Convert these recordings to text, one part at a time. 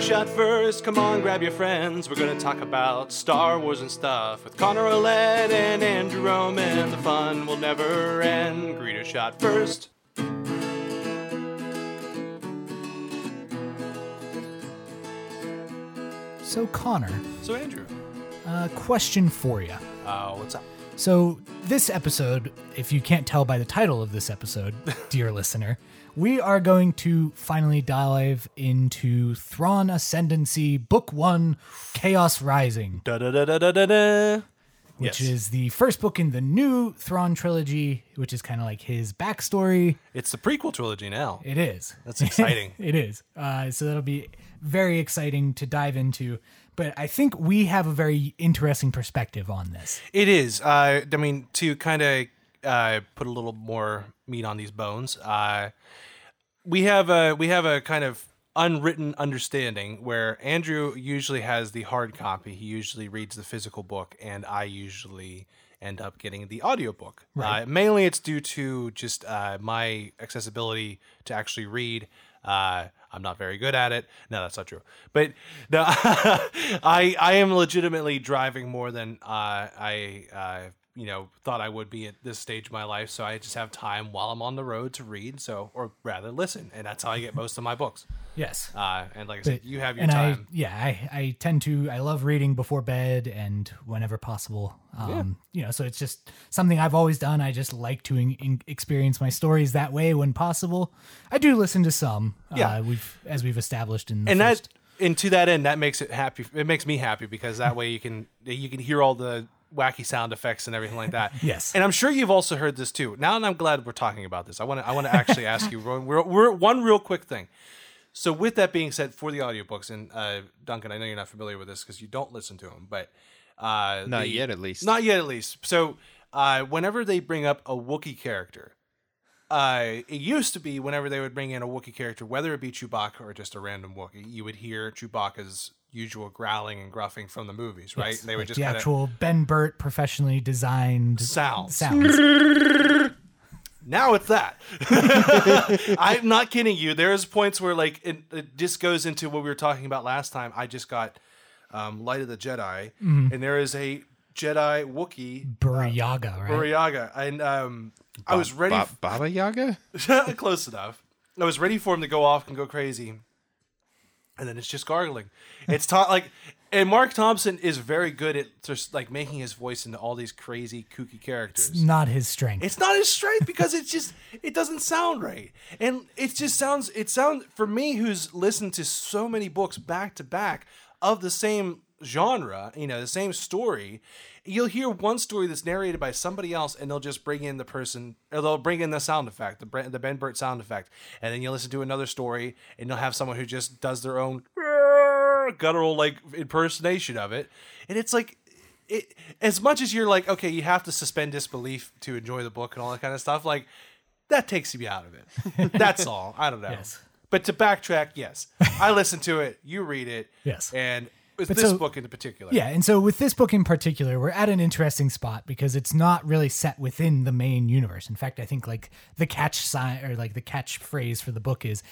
shot first. Come on, grab your friends. We're gonna talk about Star Wars and stuff with Connor Olette and Andrew Roman. The fun will never end. Greeter shot first. So, Connor, So, Andrew, uh, question for you. uh, what's up? So, this episode, if you can't tell by the title of this episode, dear listener, we are going to finally dive into Thrawn Ascendancy, Book One, Chaos Rising, Da da da da da da da. which Yes. is the first book in the new Thrawn trilogy, which is kind of like his backstory. It's the prequel trilogy now. It is. That's exciting. it is. Uh, so that'll be very exciting to dive into. But I think we have a very interesting perspective on this. It is. Uh, I mean, to kind of uh, put a little more meat on these bones, uh, we have a we have a kind of unwritten understanding where Andrew usually has the hard copy. He usually reads the physical book, and I usually end up getting the audiobook. Uh, mainly, it's due to just uh, my accessibility to actually read. Uh, I'm not very good at it. No, that's not true. But no, I I am legitimately driving more than uh, I uh, you know thought I would be at this stage of my life. So I just have time while I'm on the road to read. So or rather listen, and that's how I get most of my books. Yes. Uh, and like I said, you have your and time. I, yeah, I, I tend to, I love reading before bed and whenever possible. Um, You know, so it's just something I've always done. I just like to in, in- experience my stories that way when possible. I do listen to some, Yeah. uh, we've, as we've established in the and first, that and to that end, that makes it happy. It makes me happy because that way you can you can hear all the wacky sound effects and everything like that. Yes. And I'm sure you've also heard this too. Now, and I'm glad we're talking about this. I want to I want to actually ask you one, we're, we're, one real quick thing. So, with that being said, for the audiobooks, and uh, Duncan, I know you're not familiar with this because you don't listen to them, but uh, Not the- yet, at least. not yet, at least. So, uh, whenever they bring up a Wookiee character, uh, it used to be whenever they would bring in a Wookiee character, whether it be Chewbacca or just a random Wookiee, you would hear Chewbacca's usual growling and gruffing from the movies, right? And they would like just the kinda- actual Ben Burt professionally designed Sounds. sounds. Now it's that. I'm not kidding you. There's points where like it, it just goes into what we were talking about last time. I just got um, Light of the Jedi, Mm-hmm. and there is a Jedi Wookiee Mm. Buryaga, right? Uriaga, and um, I was ready. Ba- Baba Yaga? close enough. I was ready for him to go off and go crazy, and then it's just gargling. It's ta- like, and Mark Thompson is very good at just like making his voice into all these crazy kooky characters. Not his strength. It's not his strength because it's just it doesn't sound right, and it just sounds it sounds for me who's listened to so many books back to back of the same genre, you know, the same story. You'll hear one story that's narrated by somebody else, and they'll just bring in the person, or they'll bring in the sound effect, the Bren- the Ben Burt sound effect, and then you will listen to another story, and they'll have someone who just does their own guttural like impersonation of it, and it's like it as much as you're like okay you have to suspend disbelief to enjoy the book and all that kind of stuff like that takes me out of it that's all i don't know Yes. but to backtrack yes i listen to it you read it Yes. and with But this so- book in particular Yeah, and so with this book in particular, we're at an interesting spot because it's not really set within the main universe. In fact, I think like the catch sign or like the catchphrase for the book is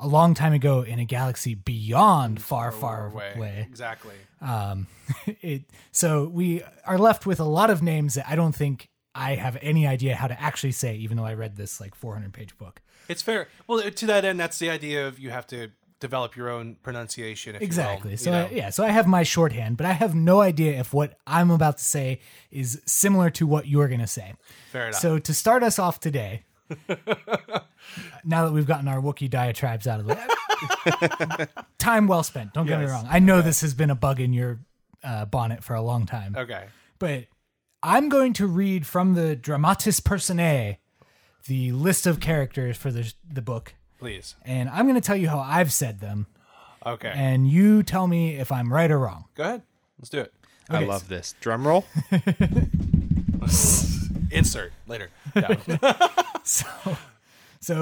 a long time ago in a galaxy Mm, beyond far, far way, away. exactly Um, it, so we are left with a lot of names that I don't think I have any idea how to actually say, even though I read this like 400 page book. it's fair well uh, to that end that's the idea of you have to develop your own pronunciation if you will, Exactly. you so uh, know. I, yeah, so I have my shorthand, but I have no idea if what I'm about to say is similar to what you're going to say. fair enough So to start us off today, now that we've gotten our Wookiee diatribes out of the way, time well spent. Don't get me Yes. wrong. I know this has been a bug in your uh, bonnet for a long time, okay but I'm going to read from the Dramatis Personae, the list of characters for the the book, please and I'm going to tell you how I've said them, okay and you tell me if I'm right or wrong. go ahead let's do it I love this. Drum roll. insert later No. So,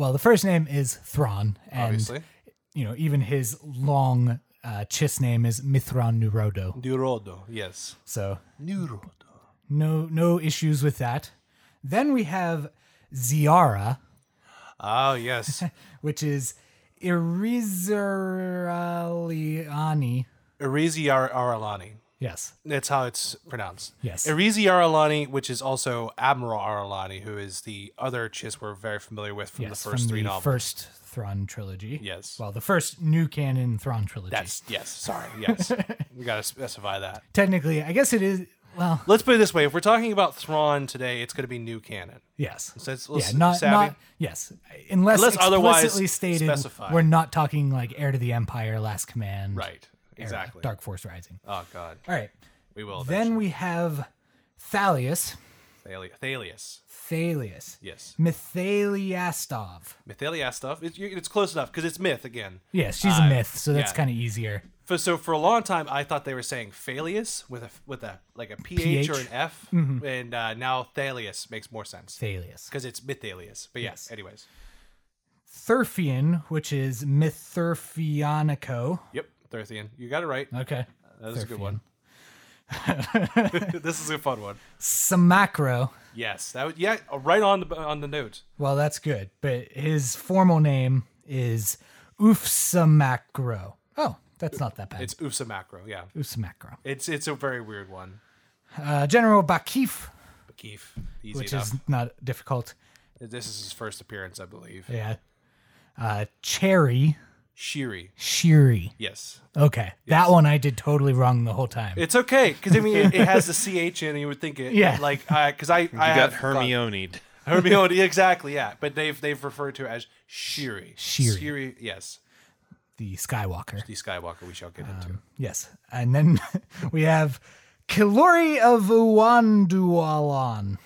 well, the first name is Thrawn, and obviously you know, even his long uh, chis name is Mithran Nurodo. Nurodo, yes. So Nurodo. no no issues with that. Then we have Ziara, Oh, yes. which is Irizaraliani. Arizi Aralani. Yes. That's how it's pronounced. Yes. Arizi Aralani, which is also Admiral Aralani, who is the other Chiss we're very familiar with from yes, the first from three the novels. First Thrawn trilogy. Yes. Well, the first new canon Thrawn trilogy. That's yes. Sorry. Yes. we got to specify that. Technically, I guess it is. Well, Let's put it this way: if we're talking about Thrawn today, it's going to be new canon. yes. So it's yeah, let's- not, savvy. not yes, unless, Unless otherwise explicitly stated, specified. we're not talking like heir to the empire, last command, right. era, Exactly. Dark Force Rising. Oh God. All right, We will. then we have Thalius, eventually. Thali- Thalius. Thalius, Yes. Mithaliastov. Mythalia stuff. It's, you- it's close enough because it's myth again. Yes, she's a Uh, myth, so that's yeah. kind of easier. For, so for a long time, I thought they were saying Phalius with a with a like a ph, PH? or an F, and uh, now Thalius makes more sense Thalius, because it's Mythalius. But yes, Yes. anyways, Thurfian, which is Mithurfianico. yep, Thirthian, you got it right. Okay, That was a good one. this is a fun one. Samacro. Yes, that was yeah, uh, right on the on the note. Well, that's good, but his formal name is Ufsamacro. Oh, that's not that bad. It's Usa Macro. Yeah, Usamacro. it's it's a very weird one. Uh, General Bakif, Bakif, easy which enough. is not difficult. This is his first appearance, I believe. Yeah. Uh, Cherry Shiri. Shiri. Yes, Okay, that one I did totally wrong the whole time. It's okay because I mean it, it has the ch in, it, and you would think it. Yeah. Like because I, I You got have Hermione'd. thought- Hermione exactly yeah, but they've they've referred to it as Shiri. Shiri. yes, the Skywalker. the Skywalker we shall get into. Um, Yes, and then we have Kilori of Uwandualan.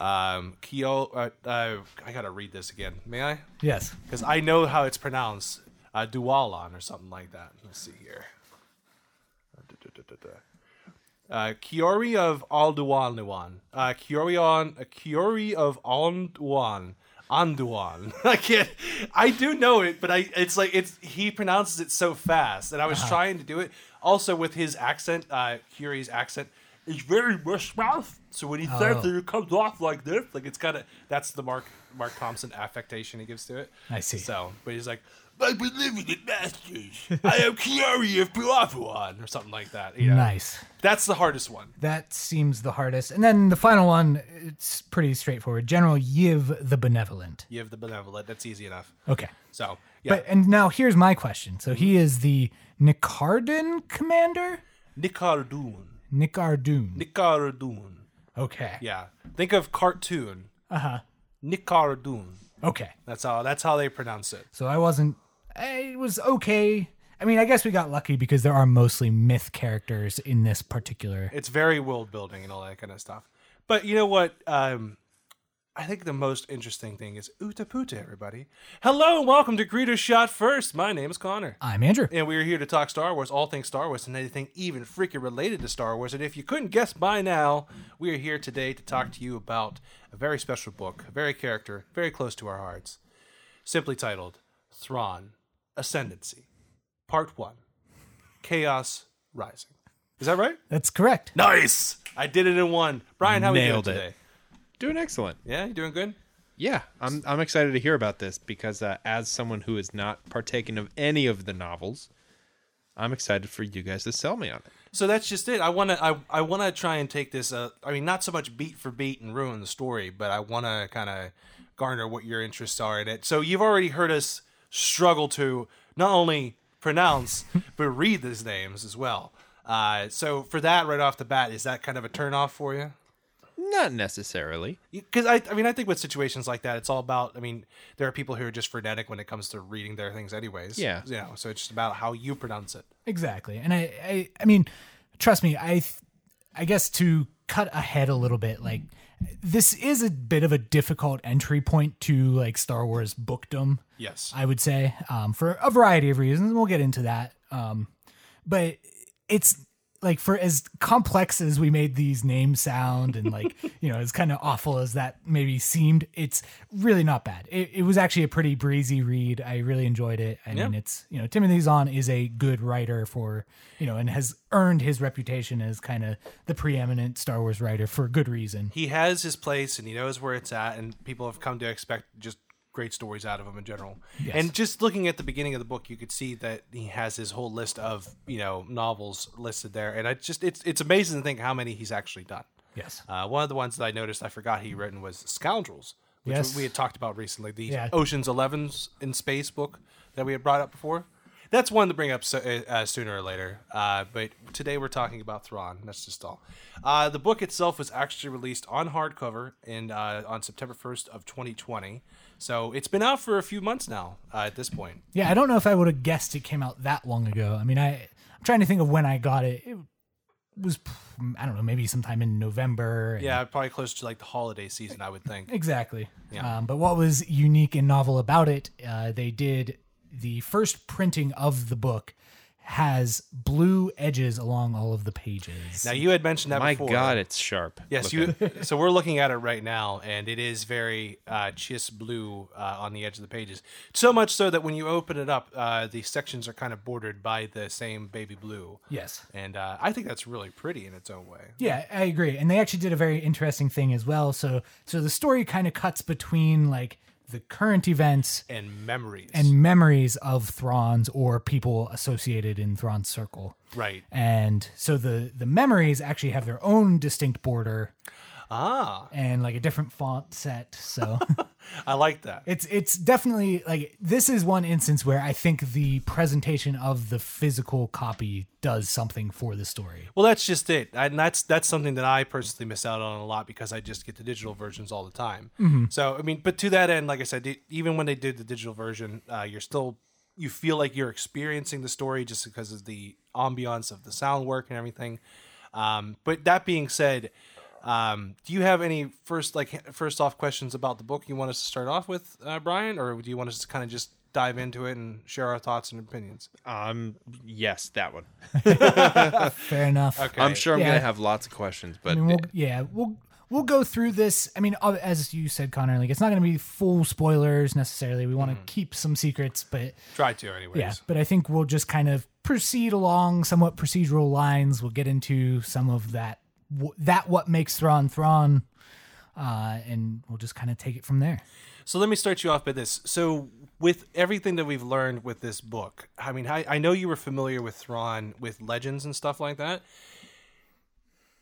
Um, Kyo, uh, uh, I gotta read this again, may I? Yes, Because I know how it's pronounced, uh, Dualon or something like that. Let's see here. Uh, Kiori of Alduan Luan. Uh, Kiori on uh, Kiori of Anduan. Anduan. I can't. I do know it, but I. It's like it's. He pronounces it so fast, and I was trying to do it. Also with his accent, uh, Kiori's accent is very mush mouth. So when he says it, it comes off like this. Like it's kind of that's the Mark Mark Thompson affectation he gives to it. I see. So, but he's like. My beloved masters, I am Kiori of Pilafuan, or something like that. You know? nice. That's the hardest one. That seems the hardest. And then the final one, it's pretty straightforward. General Yiv the Benevolent. You have the benevolent. That's easy enough. Okay. So yeah, But and now here's my question. So he is the Nicardon commander? Nicardun. Nicardun. Nicardun. Okay. Yeah. Think of cartoon. Uh Uh-huh. huh. Nicardun. Okay. That's how. That's how they pronounce it. So I wasn't I it was okay. I mean, I guess we got lucky because there are mostly myth characters in this particular. It's very world building and all that kind of stuff. But you know what? Um, I think the most interesting thing is Utaputa, everybody. Hello and welcome to Greeter Shot First. My name is Connor. I'm Andrew. and we are here to talk Star Wars, all things Star Wars, and anything even freaking related to Star Wars. And if you couldn't guess by now, we are here today to talk to you about a very special book, a very character, very close to our hearts, simply titled Thrawn Ascendancy, Part 1 Chaos Rising. Is that right? That's correct. Nice! I did it in one. Brian, how Nailed are it. you doing today? Doing excellent. Yeah, you doing good? Yeah, I'm I'm excited to hear about this because uh, as someone who is not partaking of any of the novels, I'm excited for you guys to sell me on it. So that's just it. I want to I, I want to try and take this uh, I mean not so much beat for beat and ruin the story, but I want to kind of garner what your interests are in it. So you've already heard us struggle to not only pronounce but read these names as well. Uh, so for that right off the bat, is that kind of a turnoff for you? Not necessarily. because I, I mean I think with situations like that it's all about I mean there are people who are just frenetic when it comes to reading their things anyways Yeah. you know so it's just about how you pronounce it Exactly. And I, I, I mean, trust me, I, th- I guess to cut ahead a little bit, like this is a bit of a difficult entry point to like Star Wars bookdom. yes I would say, um, for a variety of reasons. We'll get into that. Um, but it's like for as complex as we made these names sound and like, you know, as kind of awful as that maybe seemed, it's really not bad. It, it was actually a pretty breezy read. I really enjoyed it. I mean, it's, you know, Timothy Zahn is a good writer for, you know, and has earned his reputation as kind of the preeminent Star Wars writer for good reason. he has his place and he knows where it's at and people have come to expect just great stories out of him in general. Yes. And just looking at the beginning of the book, you could see that he has his whole list of you know novels listed there, and I just it's it's amazing to think how many he's actually done. Yes. Uh, one of the ones that I noticed I forgot he written was Scoundrels, which Yes. we had talked about recently. The Yeah. Ocean's Eleven's in space book that we had brought up before. That's one to bring up so, uh, sooner or later. Uh, but today we're talking about Thrawn. That's just all. Uh, the book itself was actually released on hardcover in uh, on September 1st of 2020. So it's been out for a few months now uh, at this point. Yeah, I don't know if I would have guessed it came out that long ago. I mean, I I'm trying to think of when I got it. It was I don't know, maybe sometime in November. and- Yeah, probably close to like the holiday season, I would think. Exactly. Yeah. Um, but what was unique and novel about it, uh, they did the first printing of the book has blue edges along all of the pages. Now you had mentioned that My before. God, it's sharp. Yes, Look you. so we're looking at it right now, and it is very uh, chis blue uh, on the edge of the pages. So much so that when you open it up, uh, the sections are kind of bordered by the same baby blue. yes. And uh, I think that's really pretty in its own way. Yeah, I agree. And they actually did a very interesting thing as well. So so the story kind of cuts between like the current events And memories. and memories of Thrawn's or people associated in Thrawn's circle. right. And so the the memories actually have their own distinct border Ah, and like a different font set. So I like that. it's it's definitely like this is one instance where I think the presentation of the physical copy does something for the story. Well, that's just it, and that's that's something that I personally miss out on a lot because I just get the digital versions all the time. So I mean, but to that end, like I said, e- even when they did the digital version, uh, you're still you feel like you're experiencing the story just because of the ambiance of the sound work and everything. Um, but that being said, um, do you have any first like first off questions about the book you want us to start off with, uh, Brian, or do you want us to kind of just dive into it and share our thoughts and opinions? Um, yes, that one. Fair enough. Okay. I'm sure I'm Yeah. gonna have lots of questions, but I mean, we'll, yeah, we'll we'll go through this. I mean, ob- as you said, Connor, like it's not going to be full spoilers necessarily. We want to keep some secrets, but Try to, anyways. yeah, but I think we'll just kind of proceed along somewhat procedural lines. We'll get into some of that wh- that what makes Thrawn Thrawn, uh, and we'll just kind of take it from there. So let me start you off by this. So with everything that we've learned with this book, I mean, I, I know you were familiar with Thrawn with legends and stuff like that.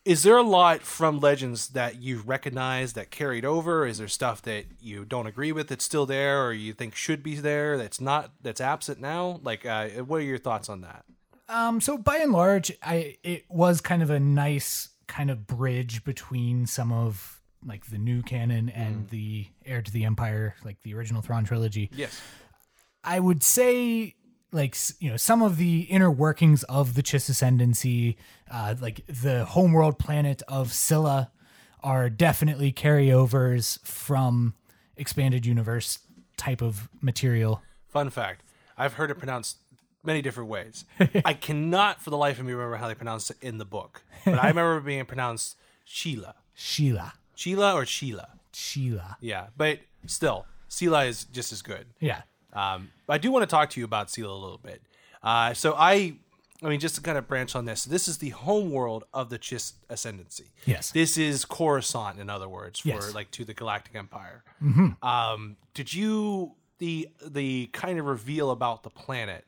Is there a lot from legends that you recognize that carried over? Is there stuff that you don't agree with that's still there, or you think should be there that's not that's absent now? Like, uh, what are your thoughts on that? Um, so by and large, I it was kind of a nice kind of bridge between some of like the new canon and the heir to the empire, like the original Thrawn trilogy. Yes. I would say like s- you know some of the inner workings of the Chiss ascendancy, uh, like the homeworld planet of Scylla, are definitely carryovers from expanded universe type of material. Fun fact: I've heard it pronounced many different ways. I cannot, for the life of me, remember how they pronounced it in the book, but I remember it being pronounced Sheila. Sheila, Sheila or Sheila. Sheila, Yeah, but still, Sheila is just as good. yeah, Um, but I do want to talk to you about Sheila a little bit. Uh, so I, I mean, just to kind of branch on this, this is the homeworld of the Chiss Ascendancy. Yes. this is Coruscant, in other words, for Yes. Mm-hmm. like to the Galactic Empire. Um, did you the the kind of reveal about the planet?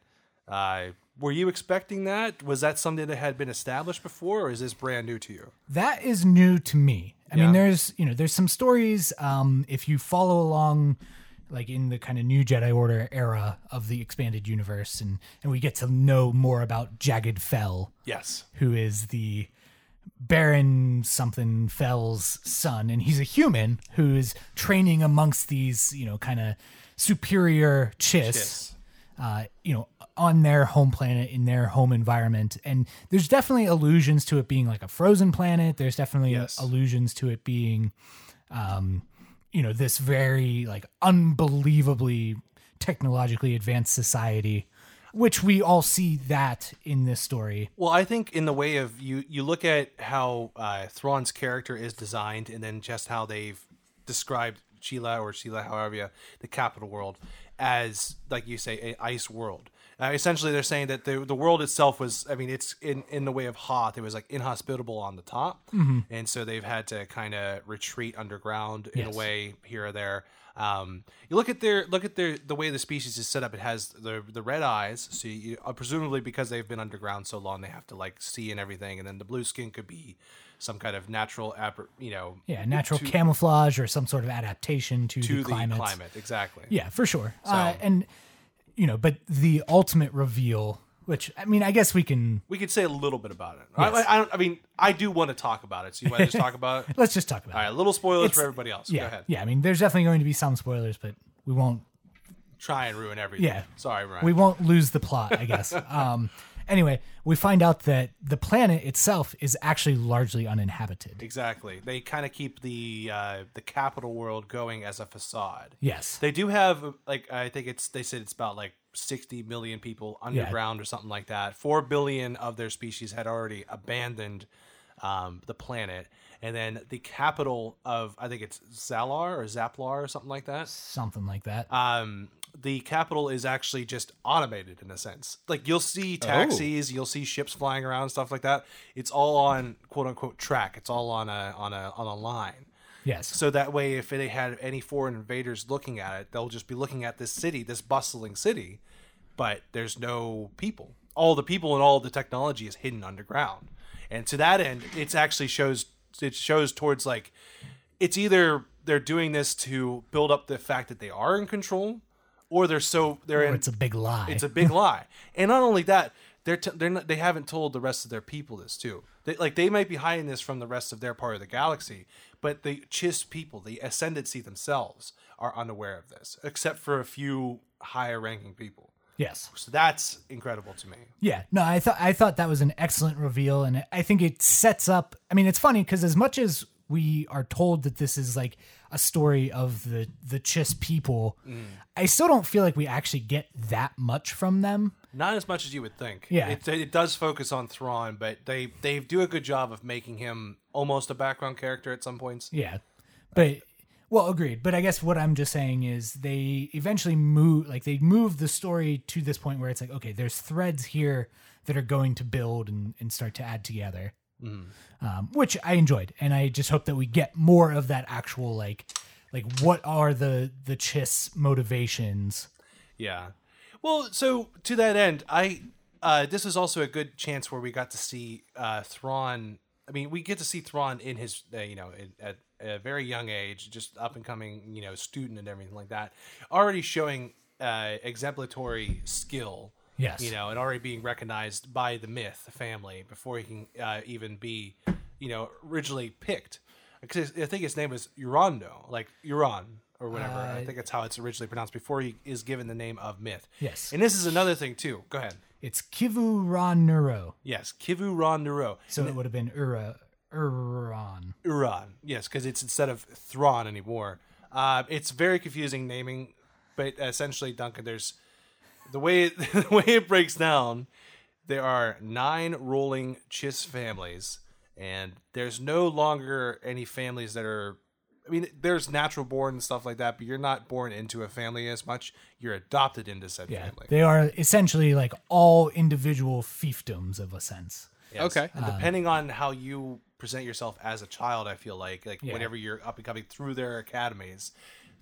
Uh, were you expecting that? Was that something that had been established before, or is this brand new to you? that is new to me. I Yeah. mean, there's you know there's some stories. Um, if you follow along, like in the kind of new Jedi Order era of the expanded universe, and and we get to know more about Jagged Fell, Yes. who is the Baron something Fell's son, and he's a human who is training amongst these, you know, kind of superior Chiss, Chiss. Uh, you know, on their home planet in their home environment, and there's definitely allusions to it being like a frozen planet. There's definitely Yes. allusions to it being, um, you know, this very like unbelievably technologically advanced society, which we all see that in this story. Well, I think in the way of you, you look at how uh, Thrawn's character is designed, and then just how they've described Sheila or Sheila, however you, the capital world, as like you say, a ice world. Uh, essentially, they're saying that the the world itself was, I mean, it's in in the way of Hoth. It was like inhospitable on the top, and so they've had to kind of retreat underground in Yes. a way here or there. Um, you look at their look at their the way the species is set up. It has the the red eyes, so you, uh, presumably because they've been underground so long, they have to like see and everything. And then the blue skin could be some kind of natural, appar- you know, Yeah, natural camouflage or some sort of adaptation to, to the climates. Exactly. Yeah, for sure. Uh, and you know, but the ultimate reveal, which I mean, I guess we can We could say a little bit about it. I- I, I, don't, I mean, I do want to talk about it. So you want to just talk about it? let's just talk about. All it. right, little spoilers for It's- everybody else. Yeah, Go ahead. yeah. I mean, there's definitely going to be some spoilers, but we won't Try and ruin everything. Yeah. Sorry, Ryan. we won't lose the plot, I guess. um, anyway, we find out that the planet itself is actually largely uninhabited. exactly. They kind of keep the uh, the capital world going as a facade. Yes, They do have like I think it's they said it's about like 60 million people underground or something like that. 4 billion of their species had already abandoned um, the planet. And then the capital of I think it's Zalar or Zaplar or something like that. something like that. um, the capital is actually just automated in a sense. Like you'll see taxis, you'll see ships flying around, stuff like that. It's all on quote unquote track. It's all on a on a on a line. yes, So that way, if they had any foreign invaders looking at it, they'll just be looking at this city, this bustling city, but there's no people. All the people and all the technology is hidden underground. And to that end, it actually shows it shows towards like it's either they're doing this to build up the fact that they are in control, or they're so they're Or in it's a big lie. it's a big lie. And not only that, they're t- they're not, they haven't told the rest of their people this too. They, like they might be hiding this from the rest of their part of the galaxy, but the Chiss people, the ascendancy themselves, are unaware of this, except for a few higher ranking people. yes. So that's incredible to me. Yeah, no, I thought I thought that was an excellent reveal, and I think it sets up. I mean, it's funny because as much as we are told that this is like a story of the the Chiss people, I still don't feel like we actually get that much from them. Not as much as you would think. Yeah. it, it does focus on Thrawn, but they they do a good job of making him almost a background character at some points. Yeah, but well, agreed. But I guess what I'm just saying is they eventually move, like they move the story to this point where it's like, okay, there's threads here that are going to build and, and start to add together, um, which I enjoyed, and I just hope that we get more of that actual like, like what are the the Chiss motivations? Yeah. Well, so to that end, I uh, this was also a good chance where we got to see uh, Thrawn. I mean, we get to see Thrawn in his, uh, you know, in, at a very young age, just up and coming, you know, student and everything like that, already showing uh, exemplatory skill. Yes. You know, and already being recognized by the myth family before he can uh, even be, you know, originally picked. Because I think his name was Urando, like Uran or whatever. I think that's how it's originally pronounced before he is given the name of myth. Yes. And this is another thing, too. Go ahead. It's Kivu Ron Neuro, Yes. Kivu Ron Nuro. so it would have been Ura Uran. Uran. Yes, because it's instead of Thrawn anymore. Uh, it's very confusing naming, but essentially, Duncan, there's the way it, the way it breaks down. There are nine rolling Chiss families, and there's no longer any families that are. I mean, there's natural born and stuff like that, but you're not born into a family as much. You're adopted into said Yeah, family. they are essentially like all individual fiefdoms of a sense. Yes. Okay. Um, And depending on how you present yourself as a child, I feel like like whenever you're up and coming through their academies,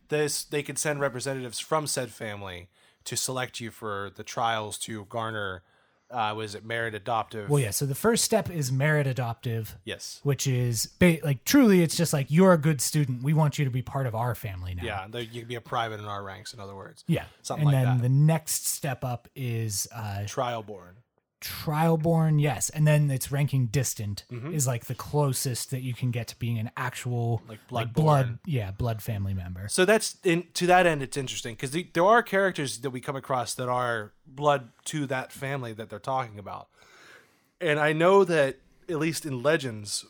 this they can send representatives from said family to select you for the trials to garner uh was it married adoptive Well, yeah. So the first step is merit adoptive, yes. which is ba- like truly, it's just like you're a good student. We want you to be part of our family now. Yeah, though you can be a private in our ranks, in other words. Yeah. Something and like then that. the next step up is uh, Trial born. trial born, yes. And then it's ranking distant is like the closest that you can get to being an actual Mm-hmm. Like bloodborne. blood, yeah, blood family member. So that's in, to that end, it's interesting because the, there are characters that we come across that are blood to that family that they're talking about, and I know that at least in Legends,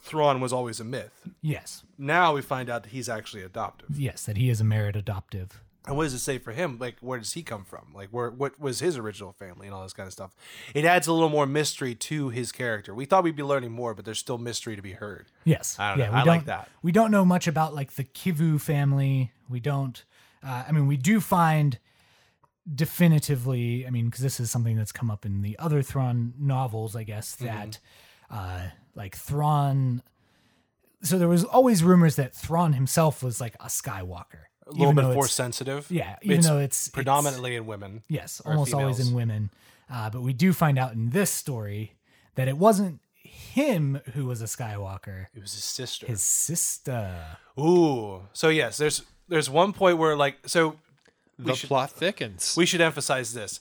Thrawn was always a myth. Yes, Now we find out that he's actually adoptive. yes, that he is a merit adoptive. And what does it say for him? Like, where does he come from? Like, where what was his original family and all this kind of stuff? It adds a little more mystery to his character. We thought we'd be learning more, but there's still mystery to be heard. Yes. I don't know. yeah, I we don't, like that. We don't know much about like the Kivu family. We don't. Uh, I mean, we do find definitively, I mean, because this is something that's come up in the other Thrawn novels, I guess, Mm-hmm. that uh, like Thrawn. So there was always rumors that Thrawn himself was like a Skywalker. A little bit force sensitive. Yeah, even It's though it's it's- predominantly in women. Yes, or almost always females. in women. Uh, but we do find out in this story that it wasn't him who was a Skywalker, It was his sister. his sister. Ooh. So yes, there's there's one point where like so The plot thickens. we should emphasize this.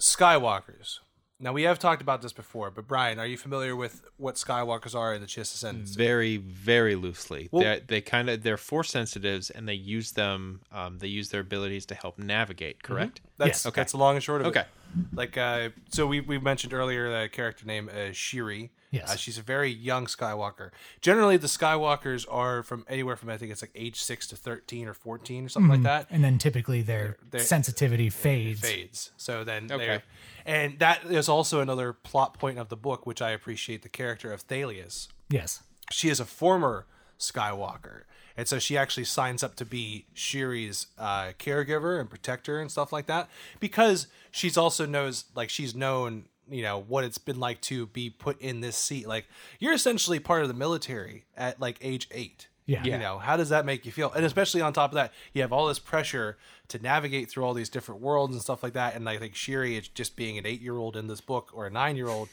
Skywalkers. Now we have talked about this before, but Brian, are you familiar with what Skywalkers are in the Chiss Ascendants? very very loosely Well- They're- they kind of they're force sensitives and they use them um, they use their abilities to help navigate Mm-hmm. correct That's Okay. that's long and short of it. Okay. Like uh, so we we mentioned earlier the character name uh, Shiri. Yes. Uh, she's a very young Skywalker. Generally, the Skywalkers are from anywhere from I think it's like age six to thirteen or fourteen or Mm. something like that. And then typically their They're- sensitivity fades. fades. So then Okay. there, and that is also another plot point of the book, which I appreciate. The character of Thalias, Yes. she is a former Skywalker, and so she actually signs up to be Shiri's uh, caregiver and protector and stuff like that because she's also knows like she's known you know what it's been like to be put in this seat. Like you're essentially part of the military at like age eight. Yeah. You know, how does that make you feel? And especially on top of that, you have all this pressure to navigate through all these different worlds and stuff like that. And I think Shiri is just being an eight year old in this book or a nine year old.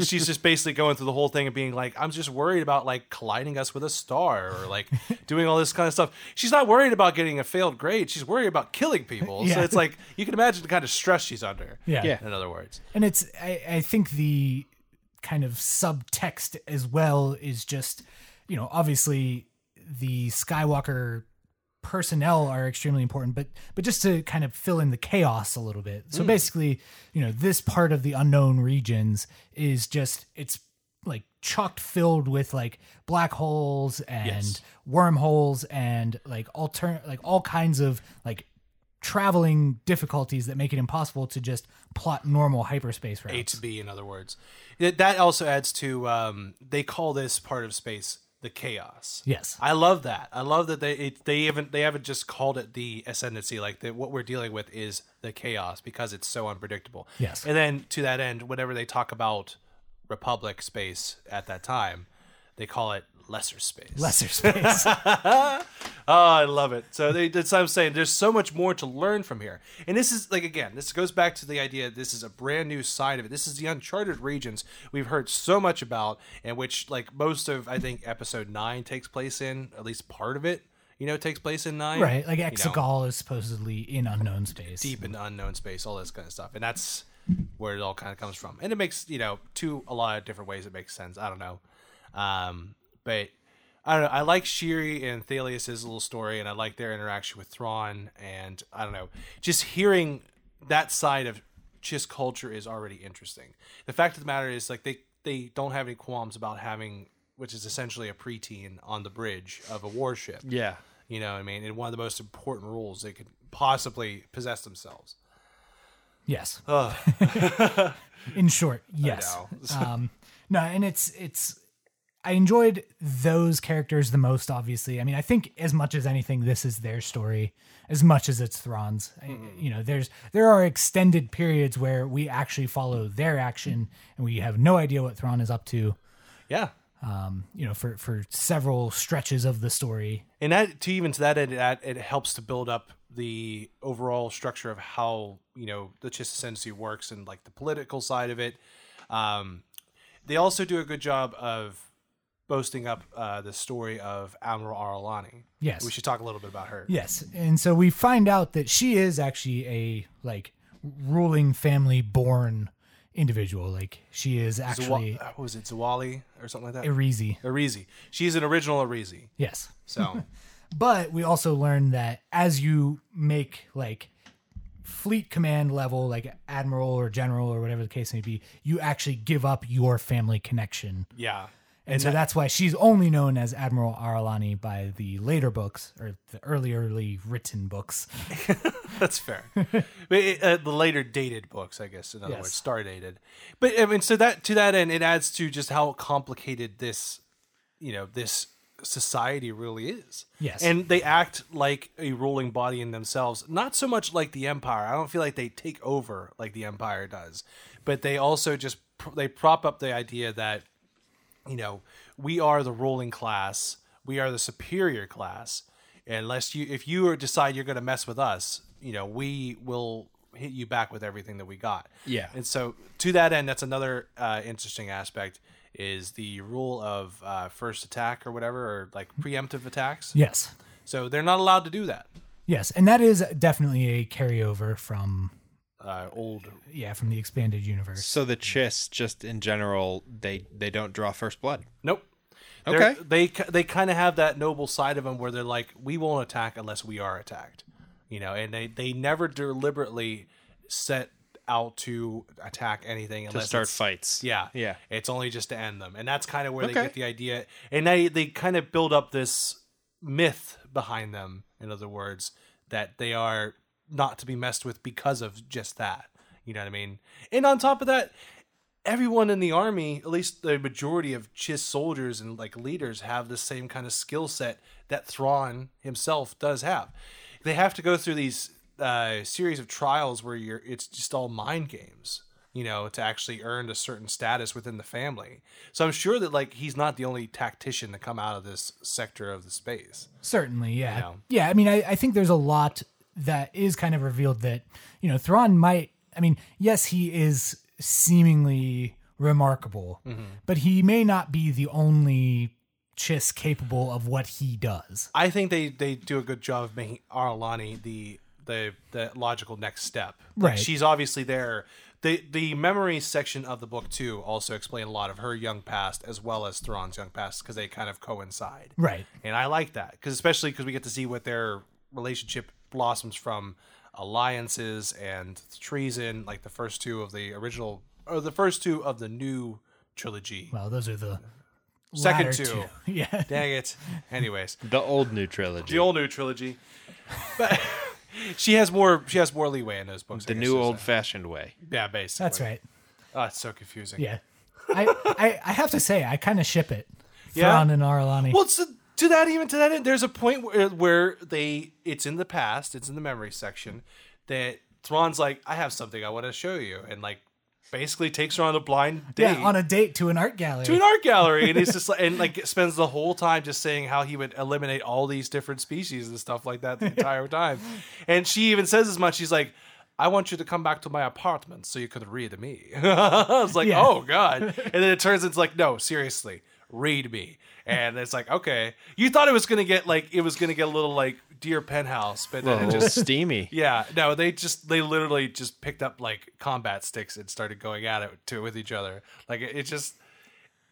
she's just basically going through the whole thing and being like, I'm just worried about like colliding us with a star or like doing all this kind of stuff. She's not worried about getting a failed grade. She's worried about killing people. So Yeah. it's like, you can imagine the kind of stress she's under. Yeah. Yeah. In other words, And it's I, I think the kind of subtext as well is just, you know, obviously the Skywalker personnel are extremely important, but but just to kind of fill in the chaos a little bit. Hmm. So basically, you know, this part of the unknown regions is just it's like chocked filled with like black holes and wormholes and like altern like all kinds of like traveling difficulties that make it impossible to just plot normal hyperspace routes. A to B, in other words. That that also adds to, um, they call this part of space the chaos. Yes. I love that. I love that they it, they haven't they haven't just called it the ascendancy. Like that, what we're dealing with is the chaos because it's so unpredictable. Yes. And then to that end, whenever they talk about Republic space at that time, they call it lesser space. Lesser space. Oh, I love it. So they, that's what I'm saying. There's so much more to learn from here. And this is like again, this goes back to the idea. that This is a brand new side of it. This is the uncharted regions we've heard so much about, and which like most of I think episode nine takes place in. At least part of it, you know, takes place in nine. right. Like You know, Exegol is supposedly in unknown space. deep into unknown space, all this kind of stuff, and that's where it all kind of comes from. And it makes you know two a lot of different ways it makes sense. I don't know, um, but I don't know. I like Shiri and Thalias's little story, and I like their interaction with Thrawn, and I don't know, just hearing that side of Chiss culture is already interesting. The fact of the matter is, like they they don't have any qualms about having. Which is essentially a preteen on the bridge of a warship. yeah You know what I mean? And one of the most important rules they could possibly possess themselves. Yes. Ugh. In short, yes. um, no, and it's it's. I enjoyed those characters the most. Obviously, I mean, I think as much as anything, this is their story as much as it's Thrawn's. I- You know, there's there are extended periods where we actually follow their action, and we have no idea what Thrawn is up to. Yeah. Um, you know, for for several stretches of the story. And that to even to that end, that it helps to build up the overall structure of how you know the Chiss Ascendancy works and like the political side of it. Um, they also do a good job of boasting up uh, the story of Admiral Aralani. Yes. we should talk a little bit about her. Yes, and so we find out that she is actually a like ruling family born individual. Like she is actually Er- Zwa- what was it Zawali or something like that? Arizi. Arizi. She's an original Arizi. Yes, So but we also learn that as you make like fleet command level, like admiral or general or whatever the case may be, you actually give up your family connection. yeah, And, so that's why she's only known as Admiral Aralani by the later books or the earlierly written books. That's fair. But it- uh, the later dated books, I guess, in other Yes. words, star dated. But I mean, so that to that end, it adds to just how complicated this, you know, this society really is. Yes. And they act like a ruling body in themselves, not so much like the empire. I don't feel like they take over like the empire does, but they also just pr- they prop up the idea that you know, we are the ruling class, we are the superior class. Unless you, if you decide you're going to mess with us, you know, we will hit you back with everything that we got. Yeah. And so, to that end, that's another uh, interesting aspect is the rule of uh, first attack or whatever, or like preemptive attacks. Yes. So they're not allowed to do that. Yes, and that is definitely a carryover from Uh, old, yeah, from the expanded universe. So the Chiss, just in general, they they don't draw first blood. nope. They're- Okay. They ki- they kind of have that noble side of them where they're like, we won't attack unless we are attacked, you know. And they they never deliberately set out to attack anything unless To start it's- fights. Yeah, Yeah. It's only just to end them, and that's kind of where they Okay. get the idea. And they they kind of build up this myth behind them, in other words, that they are not to be messed with because of just that. You know what I mean? And on top of that, everyone in the army, at least the majority of Chiss soldiers and like leaders, have the same kind of skill set that Thrawn himself does have. They have to go through these uh, series of trials where you're it's just all mind games, you know, to actually earn a certain status within the family. So I'm sure that like he's not the only tactician to come out of this sector of the space. Certainly, yeah, Yeah. yeah. I mean, I, I think there's a lot that is kind of revealed that you know Thrawn might. I mean, yes, he is seemingly remarkable, Mm-hmm. but he may not be the only Chiss capable of what he does. I think they they do a good job of making Arlani the the the logical next step. Like, Right. she's obviously there. The the memory section of the book too also explain a lot of her young past as well as Thrawn's young past because they kind of coincide. Right. And I like that because especially because we get to see what their relationship blossoms from alliances and treason, like the first two of the original or the first two of the new trilogy. Well, those are the Second latter two. Yeah. Dang it. Anyways, The old new trilogy. the old new trilogy. But she has more. She has more leeway in those books. I the guess new is old that. fashioned way. Yeah, basically. That's right. Oh, it's so confusing. Yeah. I, I I have to say I kind of ship it. Yeah? Thrawn and Arlani. Well, to, to that even to that end, there's a point where where they it's in the past, it's in the memory section that Thrawn's like, I have something I want to show you, and like basically takes her on a blind date. Yeah, on a date to an art gallery. to an art gallery and he's just like and like spends the whole time just saying how he would eliminate all these different species and stuff like that the entire time and she even says as much she's like I want you to come back to my apartment so you could read me. I was like, Yeah. oh God. And then it turns into like, no, seriously, read me. And it's like, okay. You thought it was gonna get like it was gonna get a little like dear penthouse, but then it Little just steamy. yeah, no, they just they literally just picked up like combat sticks and started going at it to with each other. Like it, it just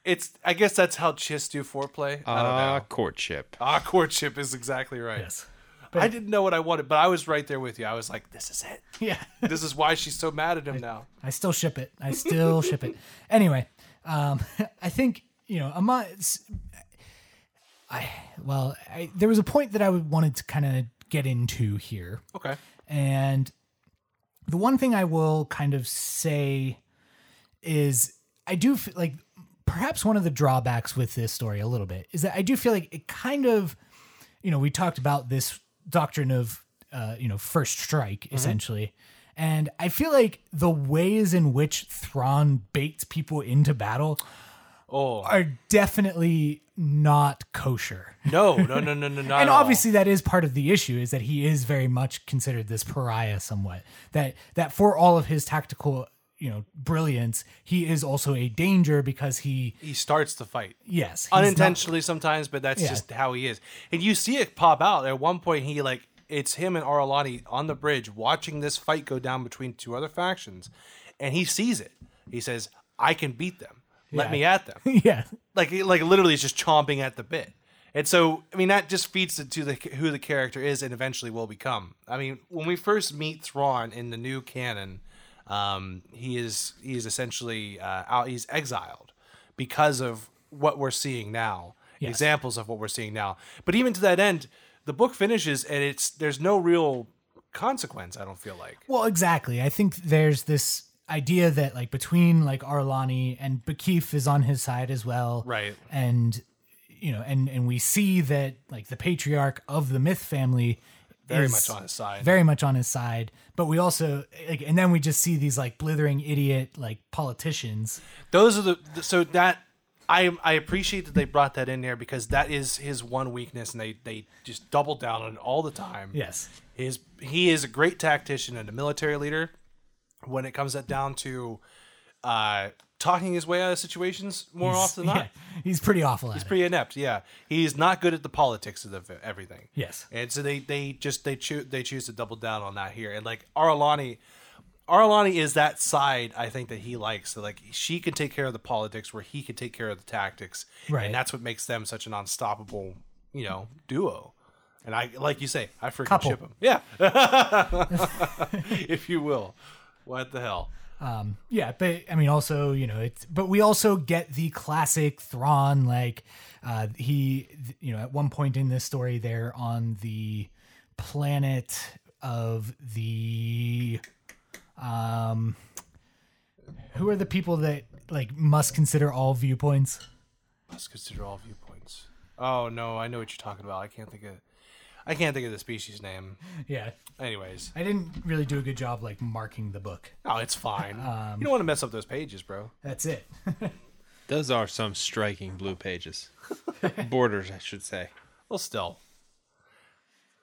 it's I guess that's how chiss do foreplay. I don't Ah, know. courtship. Ah, courtship is exactly right. Uh, Yes. I didn't know what I wanted, but I was right there with you. I was like, this is it. Yeah. This is why she's so mad at him now. I still ship it. I still ship it. Anyway, um, I think you know among it's- I well, I, there was a point that I would- wanted to kind of get into here, Okay. and the one thing I will kind of say is I do f- like perhaps one of the drawbacks with this story a little bit is that I do feel like it kind of you know we talked about this doctrine of uh, you know first strike essentially and I feel like the ways in which Thrawn baked people into battle Oh are definitely not kosher. no, no, no, no, no, no. and obviously that is part of the issue is that he is very much considered this pariah somewhat that that for all of his tactical you know brilliance he is also a danger because he he starts the fight. yes he's not- unintentionally sometimes, but that's Yeah. just how he is. And you see it pop out at one point. He like it's him and Arlani on the bridge watching this fight go down between two other factions, and he sees it. He says, "I can beat them. Let Yeah. me at them." yeah like like literally is just chomping at the bit. And so, I mean, that just feeds to the who the character is and eventually will become. I mean, when we first meet Thrawn in the new canon, um, he is he is essentially uh, out. He's exiled because of what we're seeing now. Examples of what we're seeing now. But even to that end, the book finishes and it's there's no real consequence. I don't feel like. well exactly i think there's this idea that like between like arlani and bakif is on his side as well Right. and you know, and and we see that like the patriarch of the myth family Very is much on his side. very much on his side. But we also like, and then we just see these like blithering idiot like politicians. those are the th- so that I I appreciate that they brought that in there because that is his one weakness, and they they just double down on it all the time. Yes. his he is a great tactician and a military leader when it comes down to uh talking his way out of situations more often than yeah, not. he's pretty awful. At it. Pretty inept, yeah. He's not good at the politics of the, everything. Yes. and so they they just they choose they choose to double down on that here. And like Arlani, Arlani is that side I think that he likes. So like she can take care of the politics, where he can take care of the tactics. Right. and that's what makes them such an unstoppable, you know, duo. And I like you say, I freaking Couple. ship him. Yeah, if you will. What the hell? Yeah, but I mean, also, you know, it's but we also get the classic Thrawn, like uh, he, th- you know, at one point in this story, they're on the planet of the, um, who are the people that like must consider all viewpoints? Let's consider all viewpoints. Oh no, I know what you're talking about. I can't think of. I can't think of the species name. Yeah, Anyways, I didn't really do a good job like marking the book. oh, it's fine. Um, you don't want to mess up those pages, bro. That's it. Those are some striking blue pages. Borders, I should say. Well, still,